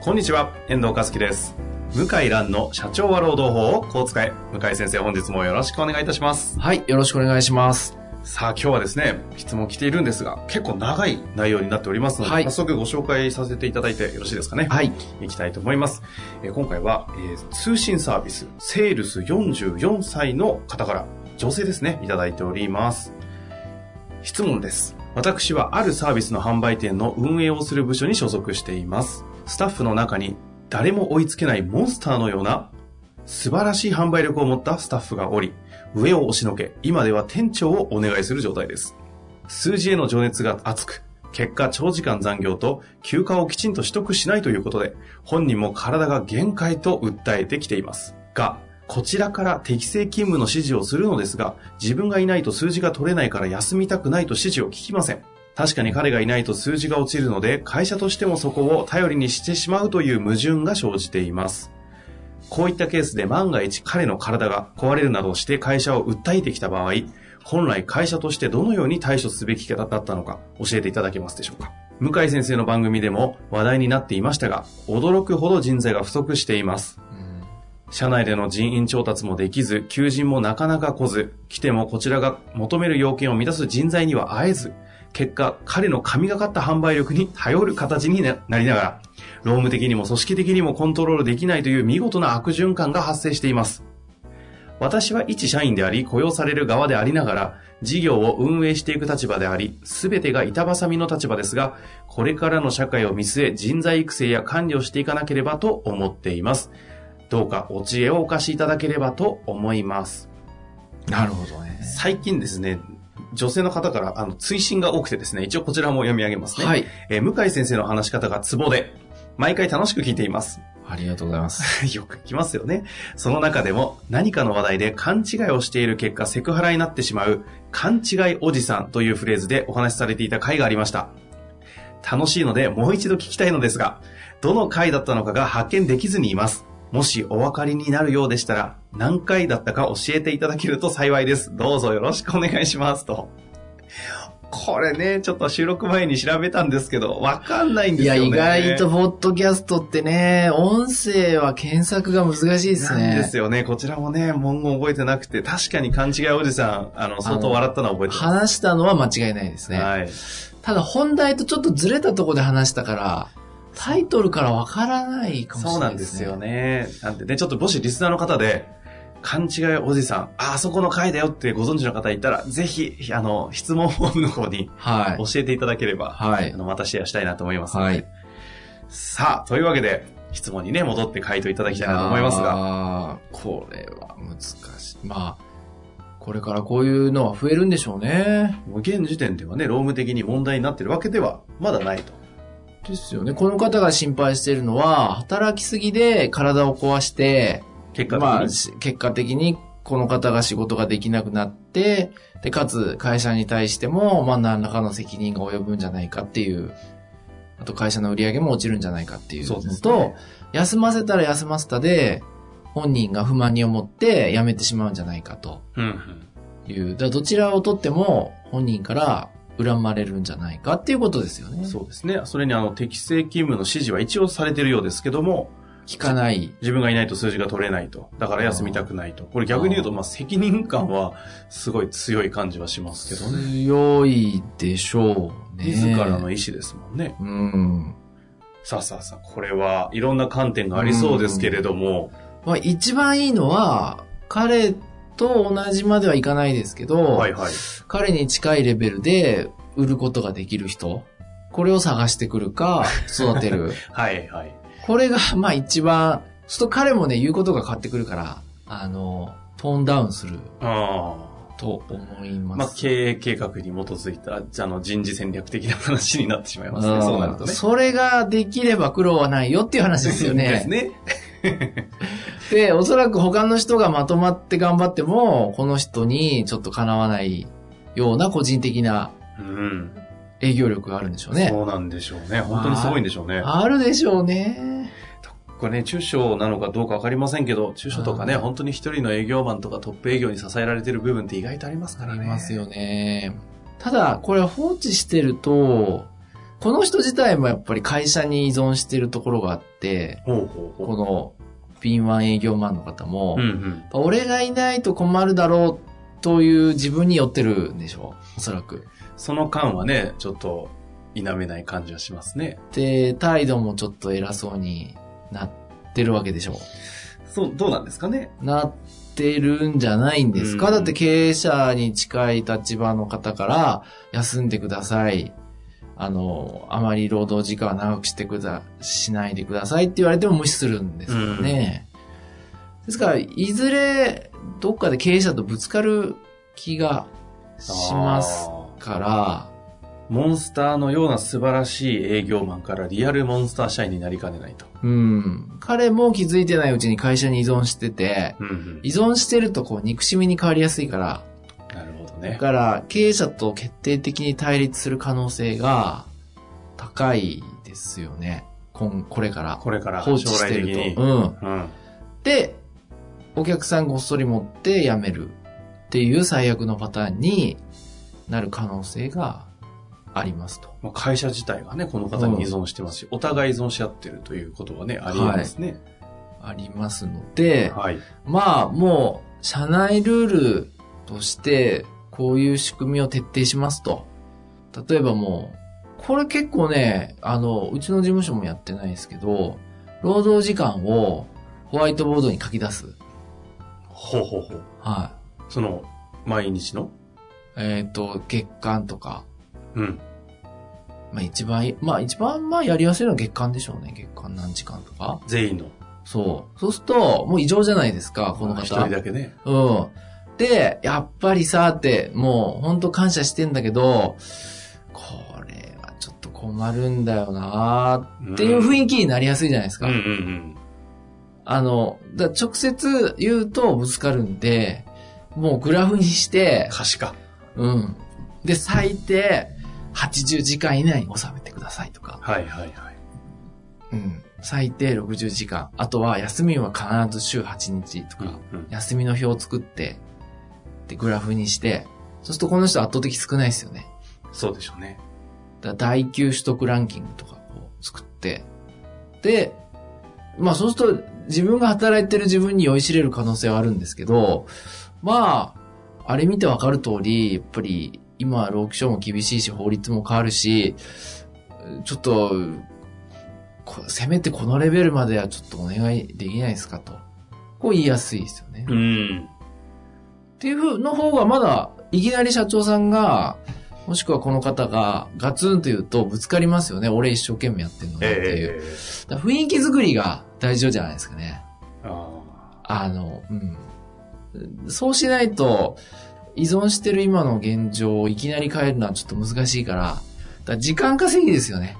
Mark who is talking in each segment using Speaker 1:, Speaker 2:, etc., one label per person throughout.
Speaker 1: こんにちは、遠藤和樹です。向井蘭の社長は労働法をこう使え。向井先生、本日もよろしくお願いいたします。
Speaker 2: はい、よろしくお願いします。
Speaker 1: さあ、今日はですね、質問来ているんですが、結構長い内容になっておりますので、
Speaker 2: はい
Speaker 1: 早速ご紹介させていただいてよろしいですかね。
Speaker 2: はい、
Speaker 1: いきたいと思います。えー今回は、えー通信サービス、セールス44歳の方から、女性ですね、いただいております。質問です。私はあるサービスの販売店の運営をする部署に所属しています。スタッフの中に誰も追いつけないモンスターのような素晴らしい販売力を持ったスタッフがおり、上を押しのけ、今では店長をお願いする状態です。数字への情熱が熱く、結果長時間残業と休暇をきちんと取得しないということで、本人も体が限界と訴えてきています。が、こちらから適正勤務の指示をするのですが、自分がいないと数字が取れないから休みたくないと指示を聞きません。確かに彼がいないと数字が落ちるので、会社としてもそこを頼りにしてしまうという矛盾が生じています。こういったケースで万が一彼の体が壊れるなどして会社を訴えてきた場合、本来会社としてどのように対処すべきだったのか教えていただけますでしょうか。向井先生の番組でも話題になっていましたが、驚くほど人材が不足しています。社内での人員調達もできず、求人もなかなか来ず、来てもこちらが求める要件を満たす人材には会えず、結果、彼の神がかった販売力に頼る形にななりながら、労務的にも組織的にもコントロールできないという見事な悪循環が発生しています。私は一社員であり、雇用される側でありながら、事業を運営していく立場であり、すべてが板挟みの立場ですが、これからの社会を見据え、人材育成や管理をしていかなければと思っています。どうかお知恵をお貸しいただければと思います。
Speaker 2: なるほどね。
Speaker 1: 最近ですね、女性の方から、あの、追伸が多くてですね、一応こちらも読み上げますね。
Speaker 2: はい。
Speaker 1: えー向井先生の話し方がツボで、毎回楽しく聞いています。
Speaker 2: ありがとうございます。
Speaker 1: よく聞きますよね。その中でも、何かの話題で勘違いをしている結果、セクハラになってしまう、勘違いおじさんというフレーズでお話しされていた回がありました。楽しいので、もう一度聞きたいのですが、どの回だったのかが発見できずにいます。もしお分かりになるようでしたら、何回だったか教えていただけると幸いです。どうぞよろしくお願いします。と。これね、ちょっと収録前に調べたんですけど、わかんないんで
Speaker 2: い
Speaker 1: すよ
Speaker 2: や、
Speaker 1: ね。
Speaker 2: 意外と、ポッドキャストってね、音声は検索が難しいです
Speaker 1: なん
Speaker 2: ね。
Speaker 1: ですよね。こちらもね、文言覚えてなくて、確かに勘違いおじさん、あの、相当笑ったのは覚えてます。
Speaker 2: 話したのは間違いないですね。
Speaker 1: はい。
Speaker 2: ただ、本題とちょっとずれたところで話したから、タイトルからわからないかもし
Speaker 1: そう
Speaker 2: れな
Speaker 1: ないん
Speaker 2: で
Speaker 1: ですす
Speaker 2: ね。
Speaker 1: よね。なんでね、ちょっともしリスナーの方で、勘違いおじさん、あ、あそこの回だよってご存知の方いたら、ぜひ、あの、質問フォームの方に
Speaker 2: はい
Speaker 1: 教。えていただければ、
Speaker 2: はい
Speaker 1: あ。の、またシェアしたいなと思います。
Speaker 2: はい。
Speaker 1: さあ、というわけで、質問にね、戻って回答いただきたいなと思いますが。
Speaker 2: が。これは難しい。まあ、これからこういうのは増えるんでしょうね。
Speaker 1: もう現時点ではね、労務的に問題になってるわけでは、まだないと。
Speaker 2: ですよね。この方が心配しているのは、働きすぎで体を壊して、
Speaker 1: 結果的に。
Speaker 2: まあ、し結果的にこの方が仕事ができなくなって、で、かつ会社に対しても、まあ、何らかの責任が及ぶんじゃないかっていう、あと会社の売り上げも落ちるんじゃないかっていうの
Speaker 1: そうです
Speaker 2: と、
Speaker 1: ね
Speaker 2: 休ませたら休ませたで、本人が不満に思って辞めてしまうんじゃないかと
Speaker 1: うんうん。
Speaker 2: いう、だからどちらをとっても本人から恨まれるんじゃないかっていうことですよね。
Speaker 1: そうですね。それにあの適正勤務の指示は一応されてるようですけども、
Speaker 2: 聞かない。
Speaker 1: 自分がいないと数字が取れないと。だから休みたくないと。これ逆に言うと、まあ責任感はすごい強い感じはしますけどね。
Speaker 2: 強いでしょうね。
Speaker 1: 自らの意思ですもんね。
Speaker 2: うん。
Speaker 1: さあさあさあ、これはいろんな観点がありそうですけれども、
Speaker 2: まあ一番いいのは、彼と同じまではいかないですけど、
Speaker 1: はいはい。
Speaker 2: 彼に近いレベルで売ることができる人、これを探してくるか、育て る。
Speaker 1: はいはい。
Speaker 2: これが、まあ一番、ちょっと彼もね、言うことが変わってくるから、あの、トーンダウンする。
Speaker 1: ああ。
Speaker 2: と思います。
Speaker 1: まあ、経営計画に基づいた、じゃあの人事戦略的な話になってしまいます
Speaker 2: う
Speaker 1: ね。
Speaker 2: ん
Speaker 1: そうなるとね。
Speaker 2: それができれば苦労はないよっていう話ですよね。
Speaker 1: ですね。
Speaker 2: で、おそらく他の人がまとまって頑張っても、この人にちょっとかなわないような個人的な
Speaker 1: うん。
Speaker 2: 営業力があるんでしょうね。
Speaker 1: そうなんでしょうね。本当にすごいんでしょうね。
Speaker 2: あるでしょうね。
Speaker 1: これね、中小なのかどうかわかりませんけど、中小とかね、
Speaker 2: うん
Speaker 1: 本当に一人の営業マンとかトップ営業に支えられてる部分って意外とありますか
Speaker 2: あ
Speaker 1: ら
Speaker 2: り
Speaker 1: ね。
Speaker 2: ます。よね。ただ、これ放置してると、この人自体もやっぱり会社に依存してるところがあって、
Speaker 1: ほうほうほ
Speaker 2: この敏腕営業マンの方も、
Speaker 1: う。うんうん。
Speaker 2: 俺がいないと困るだろうという自分に寄ってるんでしょう。おそらく。
Speaker 1: その間はね、ちょっと、否めない感じはしますね。
Speaker 2: で、態度もちょっと偉そうになってるわけでしょ
Speaker 1: そう、どうなんですかね。
Speaker 2: なってるんじゃないんですか、
Speaker 1: うん
Speaker 2: だって経営者に近い立場の方から、休んでください。あの、あまり労働時間は長くしてくだ、しないでくださいって言われても無視するんですからね。ですから、いずれ、どっかで経営者とぶつかる気がします
Speaker 1: あー
Speaker 2: から、
Speaker 1: モンスターのような素晴らしい営業マンからリアルモンスター社員になりかねないと。
Speaker 2: うん。彼も気づいてないうちに会社に依存してて、
Speaker 1: うんうん
Speaker 2: 依存してるとこう憎しみに変わりやすいから、
Speaker 1: なるほど
Speaker 2: だ
Speaker 1: ね。
Speaker 2: から経営者と決定的に対立する可能性が高いですよね。こんこれから。
Speaker 1: これから
Speaker 2: 放
Speaker 1: 将
Speaker 2: 置し
Speaker 1: 来
Speaker 2: て
Speaker 1: 的
Speaker 2: る
Speaker 1: に。
Speaker 2: と。うん。
Speaker 1: うん。
Speaker 2: で、お客さんごっそり持って辞めるっていう最悪のパターンになる可能性がありますと。
Speaker 1: まあ、会社自体がね、この方に依存してますし、お互い依存し合ってるということはね、ありえますね。
Speaker 2: ありますので、
Speaker 1: はい。
Speaker 2: まあもう社内ルールとしてこういう仕組みを徹底しますと。例えばもう、これ結構ね、あの、うちの事務所もやってないですけど、労働時間をホワイトボードに書き出す。
Speaker 1: ほうほうほう。
Speaker 2: は
Speaker 1: その、毎日の
Speaker 2: い。えっ、と、月間とか。
Speaker 1: うん。
Speaker 2: まあ一番い、まあ一番まあやりやすいのは月間でしょうね。月間何時間とか。
Speaker 1: 全員の。
Speaker 2: そう。そうすると、もう異常じゃないですか、この方。
Speaker 1: 一人だけね。
Speaker 2: うん。で、やっぱりさ、って、もう、本当感謝してんだけど、これはちょっと困るんだよなっていう雰囲気になりやすいじゃないです
Speaker 1: う
Speaker 2: か。
Speaker 1: んうんうん。
Speaker 2: あの、だ直接言うとぶつかるんで、もうグラフにして、
Speaker 1: 可視化。
Speaker 2: うん。で、最低、80時間以内に収めてくださいとか、
Speaker 1: はいはいはい。
Speaker 2: うん。最低60時間。あとは、休みは必ず週8日とか、
Speaker 1: うん
Speaker 2: 休みの表を作って、で、グラフにして、そうするとこの人圧倒的少ないですよね。
Speaker 1: そうでしょうね。
Speaker 2: だから第級取得ランキングとかこう作って、で、まあそうすると自分が働いてる自分に酔いしれる可能性はあるんですけど、まあ、あれ見てわかる通り、やっぱり今労基署も厳しいし法律も変わるし、ちょっと、こせめてこのレベルまではちょっとお願いできないですかと。こう言いやすいですよね。
Speaker 1: うん。
Speaker 2: っていうふうの方がまだ、いきなり社長さんが、もしくはこの方がガツンと言うとぶつかりますよね。俺一生懸命やってるのにってい
Speaker 1: え
Speaker 2: う。
Speaker 1: え
Speaker 2: だから雰囲気作りが大丈夫じゃないですかね。
Speaker 1: あ
Speaker 2: あの、うん。そうしないと、依存してる今の現状をいきなり変えるのはちょっと難しいから、だから時間稼ぎですよね。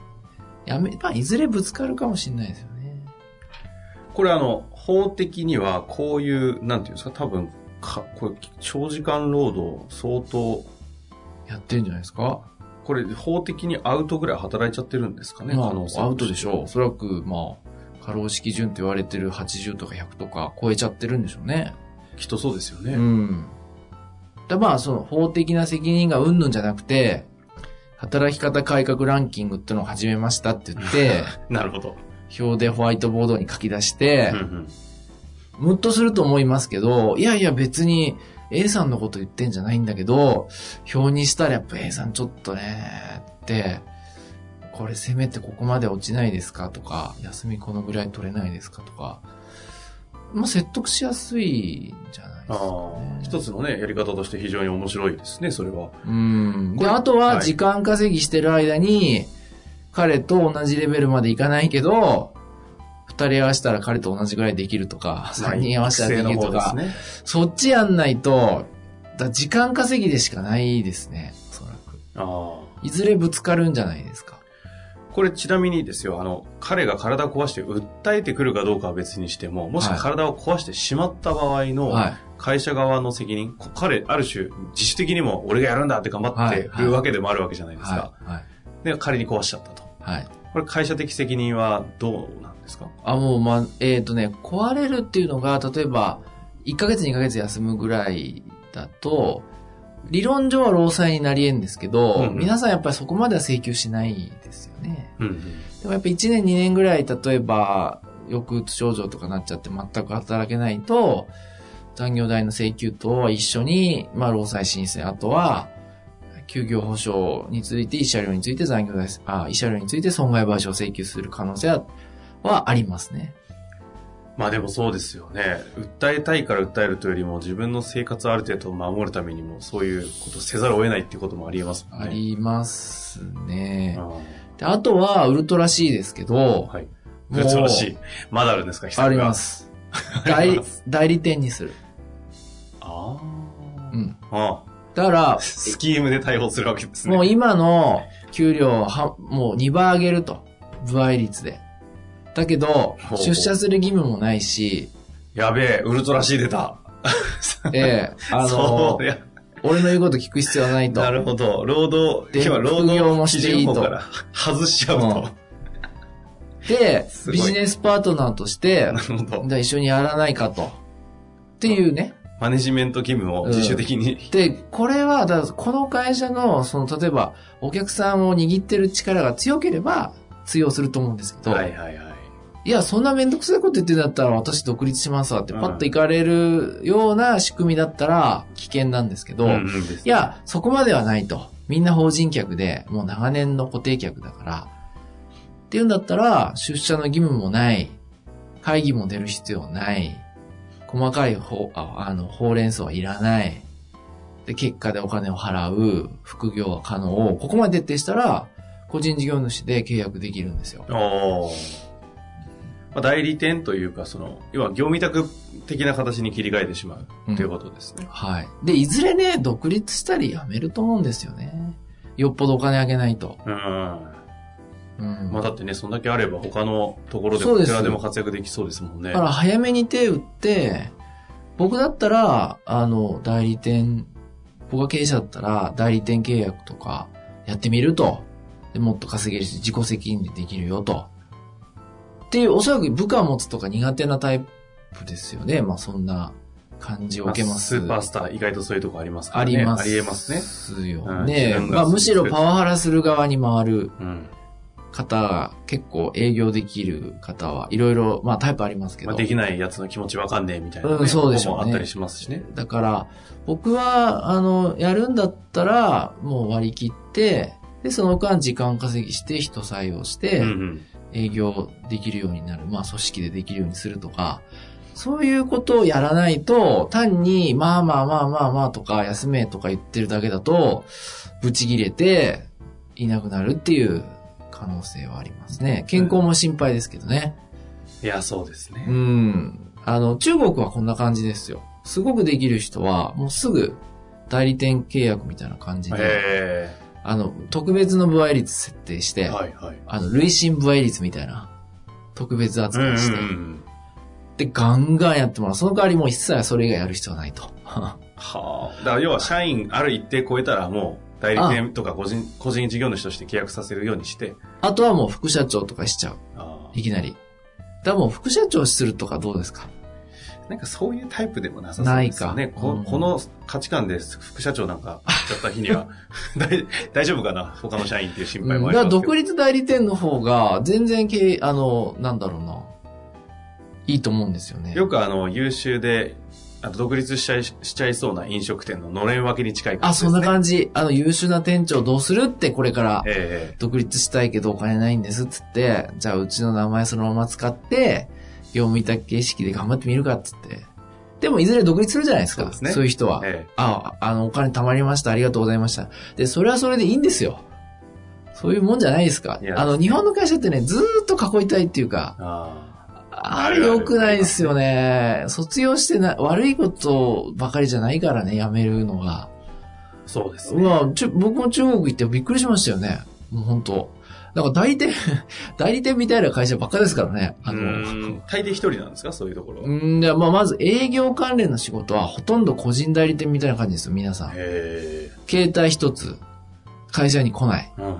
Speaker 2: やめ、まあ、いずれぶつかるかもしれないですよね。
Speaker 1: ーこれあの、法的にはこういう、なんていうんですか、多分、か、これ、長時間労働相当、
Speaker 2: やってるんじゃないですか
Speaker 1: これ法的にアウトぐらい働いちゃってるんですかね、
Speaker 2: ま
Speaker 1: 可能性
Speaker 2: あ、アウトでしょう。おそらく、まあ、過労死基準と言われてる80とか100とか超えちゃってるんでしょうね。
Speaker 1: きっとそうですよね。
Speaker 2: うん。だまあ、その法的な責任がうんぬんじゃなくて、働き方改革ランキングってのを始めましたって言 って、
Speaker 1: なるほど。
Speaker 2: 表でホワイトボードに書き出して
Speaker 1: うん、うん
Speaker 2: ムッとすると思いますけど、いやいや別に A さんのこと言ってんじゃないんだけど、表にしたらやっぱ A さんちょっとね、って、これせめてここまで落ちないですかとか、休みこのぐらい取れないですかとか、まあ説得しやすいんじゃないですか、
Speaker 1: あ
Speaker 2: ね
Speaker 1: あ、。一つのね、やり方として非常に面白いですね、それは。
Speaker 2: うん。
Speaker 1: こ
Speaker 2: で、
Speaker 1: れ
Speaker 2: あとは
Speaker 1: はい
Speaker 2: 時間稼ぎしてる間に、彼と同じレベルまでいかないけど、二人合わせたら彼と同じぐらいできるとか、三人合わせたらできるとか、
Speaker 1: まあ育成の方ですね
Speaker 2: そっちやんないと、だ時間稼ぎでしかないですね、おそらく。
Speaker 1: ああ。
Speaker 2: いずれぶつかるんじゃないですか。
Speaker 1: これちなみにですよ、あの、彼が体を壊して訴えてくるかどうかは別にしても、もし
Speaker 2: はい
Speaker 1: 体を壊してしまった場合の、
Speaker 2: はい。
Speaker 1: 会社側の責任、こ彼、ある種、自主的にも俺がやるんだって頑張って
Speaker 2: はいはい
Speaker 1: るわけでもあるわけじゃないですか。
Speaker 2: はい。はい。
Speaker 1: で、仮に壊しちゃったと。
Speaker 2: はい。
Speaker 1: これ、会社的責任はどうなんですか
Speaker 2: あ、もう、ま、えっ、とね、壊れるっていうのが、例えば、1ヶ月2ヶ月休むぐらいだと、理論上は労災になり得んですけど、
Speaker 1: うんうん
Speaker 2: 皆さんやっぱりそこまでは請求しないですよね。
Speaker 1: うん、
Speaker 2: でもやっぱ1年2年ぐらい、例えば、抑うつ症状とかなっちゃって全く働けないと、残業代の請求と一緒に、まあ、労災申請、あとは、休業保障について、慰謝料について残業代、あ、慰謝料について損害賠償請求する可能性は、はありますね。
Speaker 1: まあでもそうですよね。訴えたいから訴えるというよりも、自分の生活をある程度守るためにも、そういうことをせざるを得ないっていうこともありえますもんね。
Speaker 2: ありますね。
Speaker 1: あ
Speaker 2: であとは、ウルトラ C ですけ
Speaker 1: ー
Speaker 2: ど、
Speaker 1: はい。
Speaker 2: もう
Speaker 1: 素晴らしい。まだあるんですか。
Speaker 2: あります す。代代理店にする。
Speaker 1: あ
Speaker 2: う
Speaker 1: ー
Speaker 2: ん。
Speaker 1: あー。
Speaker 2: だから、
Speaker 1: スキームで対応するわけですね。
Speaker 2: もう今の給料をは、もう2倍上げると。部合率で。だけど
Speaker 1: ほうほ、う
Speaker 2: 出社する義務もな いし、
Speaker 1: やべえ、ウルトラ C 出た。
Speaker 2: ええあの
Speaker 1: そう、い、や
Speaker 2: 俺の言うこと聞く必要はないと。
Speaker 1: なるほど。労働、
Speaker 2: で
Speaker 1: 今日は労
Speaker 2: 副業も
Speaker 1: 働
Speaker 2: し
Speaker 1: 基
Speaker 2: ていい
Speaker 1: 準
Speaker 2: と
Speaker 1: 法から 外しちゃうと。
Speaker 2: うんで、
Speaker 1: すごい
Speaker 2: ビジネスパートナーとして
Speaker 1: な、るほど。
Speaker 2: じゃあ一緒にやらないかと。っていうね。
Speaker 1: マネジメント義務を自主的に。
Speaker 2: で、これは、だからこの会社の、その、例えば、お客さんを握ってる力が強ければ、通用すると思うんですけど、
Speaker 1: はいはいはい。
Speaker 2: いや、そんなめんどくさいこと言ってんだったら私独立しますわってパッと行かれるような仕組みだったら危険なんですけど、
Speaker 1: ん
Speaker 2: い
Speaker 1: んです
Speaker 2: や、そこまではないと。みんな法人客で、もう長年の固定客だから。っていうんだったら、出社の義務もない。会議も出る必要ない。細かいほああのほうれん草はいらない。で、結果でお金を払う。副業は可能。ここまで徹底したら、個人事業主で契約できるんですよ。
Speaker 1: おーまあ、代理店というか、その、要は業務委託的な形に切り替えてしま
Speaker 2: う
Speaker 1: うんということですね。
Speaker 2: はい。で、いずれね、独立したり辞めると思うんですよね。よっぽどお金あげないと。
Speaker 1: うん。
Speaker 2: うん。
Speaker 1: まあだってね、そんだけあれば他のところで
Speaker 2: そう
Speaker 1: も、
Speaker 2: です
Speaker 1: 寺でも活躍できそうですもんね
Speaker 2: だか。ら早めに手打って、僕だったら、あの、代理店、僕が経営者だったら、代理店契約とかやってみると。でもっと稼げるし、自己責任でできるよと。っていう、おそらく部下持つとか苦手なタイプですよね。まあそんな感じを
Speaker 1: まあ
Speaker 2: 受けます。
Speaker 1: スーパースター、意外とそういうとこありますか
Speaker 2: あ
Speaker 1: らね。
Speaker 2: ります。
Speaker 1: ありえますね。
Speaker 2: よ
Speaker 1: う
Speaker 2: ね。
Speaker 1: ん
Speaker 2: まあむしろパワハラする側に回る
Speaker 1: うん。
Speaker 2: 方が結構営業できる方はいろいろ、まあタイプありますけど。
Speaker 1: まあ、できないやつの気持ちわかんねえみたいな、ね
Speaker 2: うんそうでしょ
Speaker 1: と
Speaker 2: うね
Speaker 1: こもあったりしますしね。
Speaker 2: だから、僕は、あの、やるんだったら、もう割り切って、で、その間時間稼ぎして人採用して、
Speaker 1: うんうん
Speaker 2: 営業できるようになる、まあ組織でできるようにするとか、そういうことをやらないと、単に、まあまあまあまあまあとか、休めとか言ってるだけだと、ブチ切れて、いなくなるっていう可能性はありますね。健康も心配ですけどね。
Speaker 1: いや、そうですね。
Speaker 2: うん。あの、中国はこんな感じですよ。すごくできる人は、もうすぐ代理店契約みたいな感じで、
Speaker 1: え
Speaker 2: あの、特別の部合率設定し
Speaker 1: え
Speaker 2: て、
Speaker 1: はいはい。
Speaker 2: あの、累進部合率みたいな、特別扱いして、
Speaker 1: ん。
Speaker 2: で、ガンガンやってもらう。その代わりもう一切それ以外やる必要はないと。
Speaker 1: はあ。だから要は社員ある一定超えたらもう代理店とか個人個人事業主として契約させるようにして、
Speaker 2: あとはもう副社長とかしちゃう。
Speaker 1: あ
Speaker 2: いきなり。だからもう副社長するとかどうですか
Speaker 1: あなんかそういうタイプでもなさそうですよね。
Speaker 2: ないか
Speaker 1: こ
Speaker 2: うん
Speaker 1: この価値観で副社長なんかやっちゃった日に は大大丈夫かな他の社員っていう心
Speaker 2: う
Speaker 1: 配
Speaker 2: ん、
Speaker 1: もあ
Speaker 2: だ
Speaker 1: りま
Speaker 2: か
Speaker 1: す
Speaker 2: ら
Speaker 1: けど。
Speaker 2: 独立代理店の方が、全然経営、あの、なんだろうな。いいと思うんですよね。
Speaker 1: よくあの優秀であと独立しちゃいしちゃいそうな飲食店ののれん分けに近い感
Speaker 2: あ、
Speaker 1: じ
Speaker 2: そ
Speaker 1: です
Speaker 2: ん
Speaker 1: ね。
Speaker 2: な感じ。あの、優秀な店長どうするってこれから、
Speaker 1: ええ
Speaker 2: 独立したいけどお金ないんですっつって、じゃあうちの名前そのまま使って、業務委託形式で頑張ってみるかっつって。でもいずれ独立するじゃないですか。
Speaker 1: そうですね
Speaker 2: いう人は。
Speaker 1: ええ
Speaker 2: あ、あの、お金貯まりました。ありがとうございました。で、それはそれでいいんですよ。そういうもんじゃないですか
Speaker 1: い。や
Speaker 2: あの、日本の会社ってね、ずーっと囲いたいっていうか、
Speaker 1: あ
Speaker 2: あれ良くないですよね。卒業してな、悪いことばかりじゃないからね、辞めるのが。
Speaker 1: そうです
Speaker 2: う
Speaker 1: ね。
Speaker 2: わ、ちょ僕も中国行ってびっくりしましたよね。もう本当だから代理店、 代理店みたいな会社ばっかですからね。あ
Speaker 1: う
Speaker 2: の、
Speaker 1: ん大抵一人なんですかそういうところは。
Speaker 2: うん、で、まあ、まず営業関連の仕事はほとんど個人代理店みたいな感じですよ、皆さん。
Speaker 1: へ
Speaker 2: 携帯一つ、会社に来ない。
Speaker 1: ーうんうん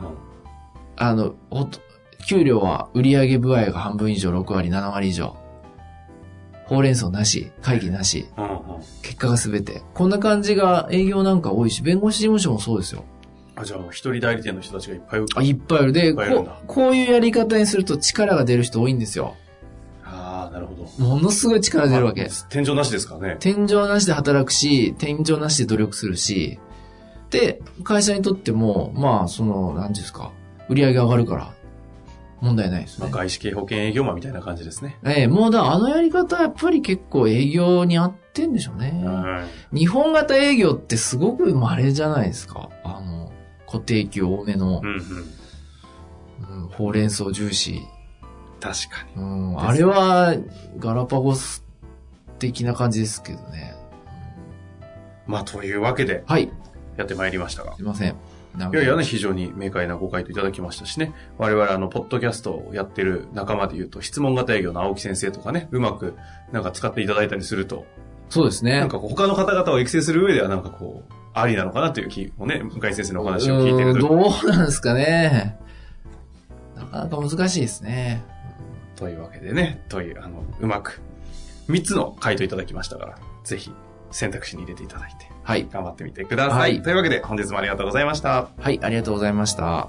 Speaker 2: あの、ほと、給料は売上部合が半分以上、6割、7割以上。ほうれん草なし、会議なし、
Speaker 1: うんうん
Speaker 2: 結果が全て。こんな感じが営業なんか多いし、弁護士事務所もそうですよ。
Speaker 1: あ、じゃあもう一人代理店の人たちがいっぱい
Speaker 2: あ、いっぱいいる。で、
Speaker 1: っ
Speaker 2: こ
Speaker 1: ぱいいるん
Speaker 2: う
Speaker 1: だ、
Speaker 2: こういうやり方にすると力が出る人多いんですよ。
Speaker 1: ああ、なるほど。
Speaker 2: ものすごい力出るわけ。
Speaker 1: 天井なしですからね。
Speaker 2: 天井なしで働くし、天井なしで努力するし、で、会社にとっても、まあ、その、何ですか、売り上げ上がるから、問題ないです
Speaker 1: まあ、
Speaker 2: ね。
Speaker 1: 外資系保険営業マンみたいな感じですね。
Speaker 2: ええ、もうだ、あのやり方はやっぱり結構営業に合ってんでしょうね。
Speaker 1: はい
Speaker 2: 日本型営業ってすごく稀じゃないですか。あの、固定給多めの
Speaker 1: う、んうん。
Speaker 2: うんほうれん草重視。
Speaker 1: 確かに。
Speaker 2: うん、
Speaker 1: ですね
Speaker 2: あれは、ガラパゴス的な感じですけどね。
Speaker 1: まあ、というわけで
Speaker 2: はい、
Speaker 1: やってまいりましたが。
Speaker 2: すいません。なん
Speaker 1: い
Speaker 2: か
Speaker 1: やいやね、非常に明快なご回答いただきましたしね。我々、あの、ポッドキャストをやってる仲間で言うと、質問型営業の青木先生とかね、うまく、なんか使っていただいたりすると、
Speaker 2: そうですね。
Speaker 1: なんかこう他の方々を育成する上では、なんかこう、ありなのかなという気もね、向井先生のお話を聞いて
Speaker 2: う
Speaker 1: る
Speaker 2: ーん
Speaker 1: と、
Speaker 2: どうなんですかね。なかなか難しいですね。
Speaker 1: というわけでね、という、あの、うまく、3つの回答いただきましたから、ぜひ、選択肢に入れていただいて、
Speaker 2: はい。
Speaker 1: 頑張ってみてください。
Speaker 2: はい
Speaker 1: というわけで、本日もありがとうございました。
Speaker 2: はい、ありがとうございました。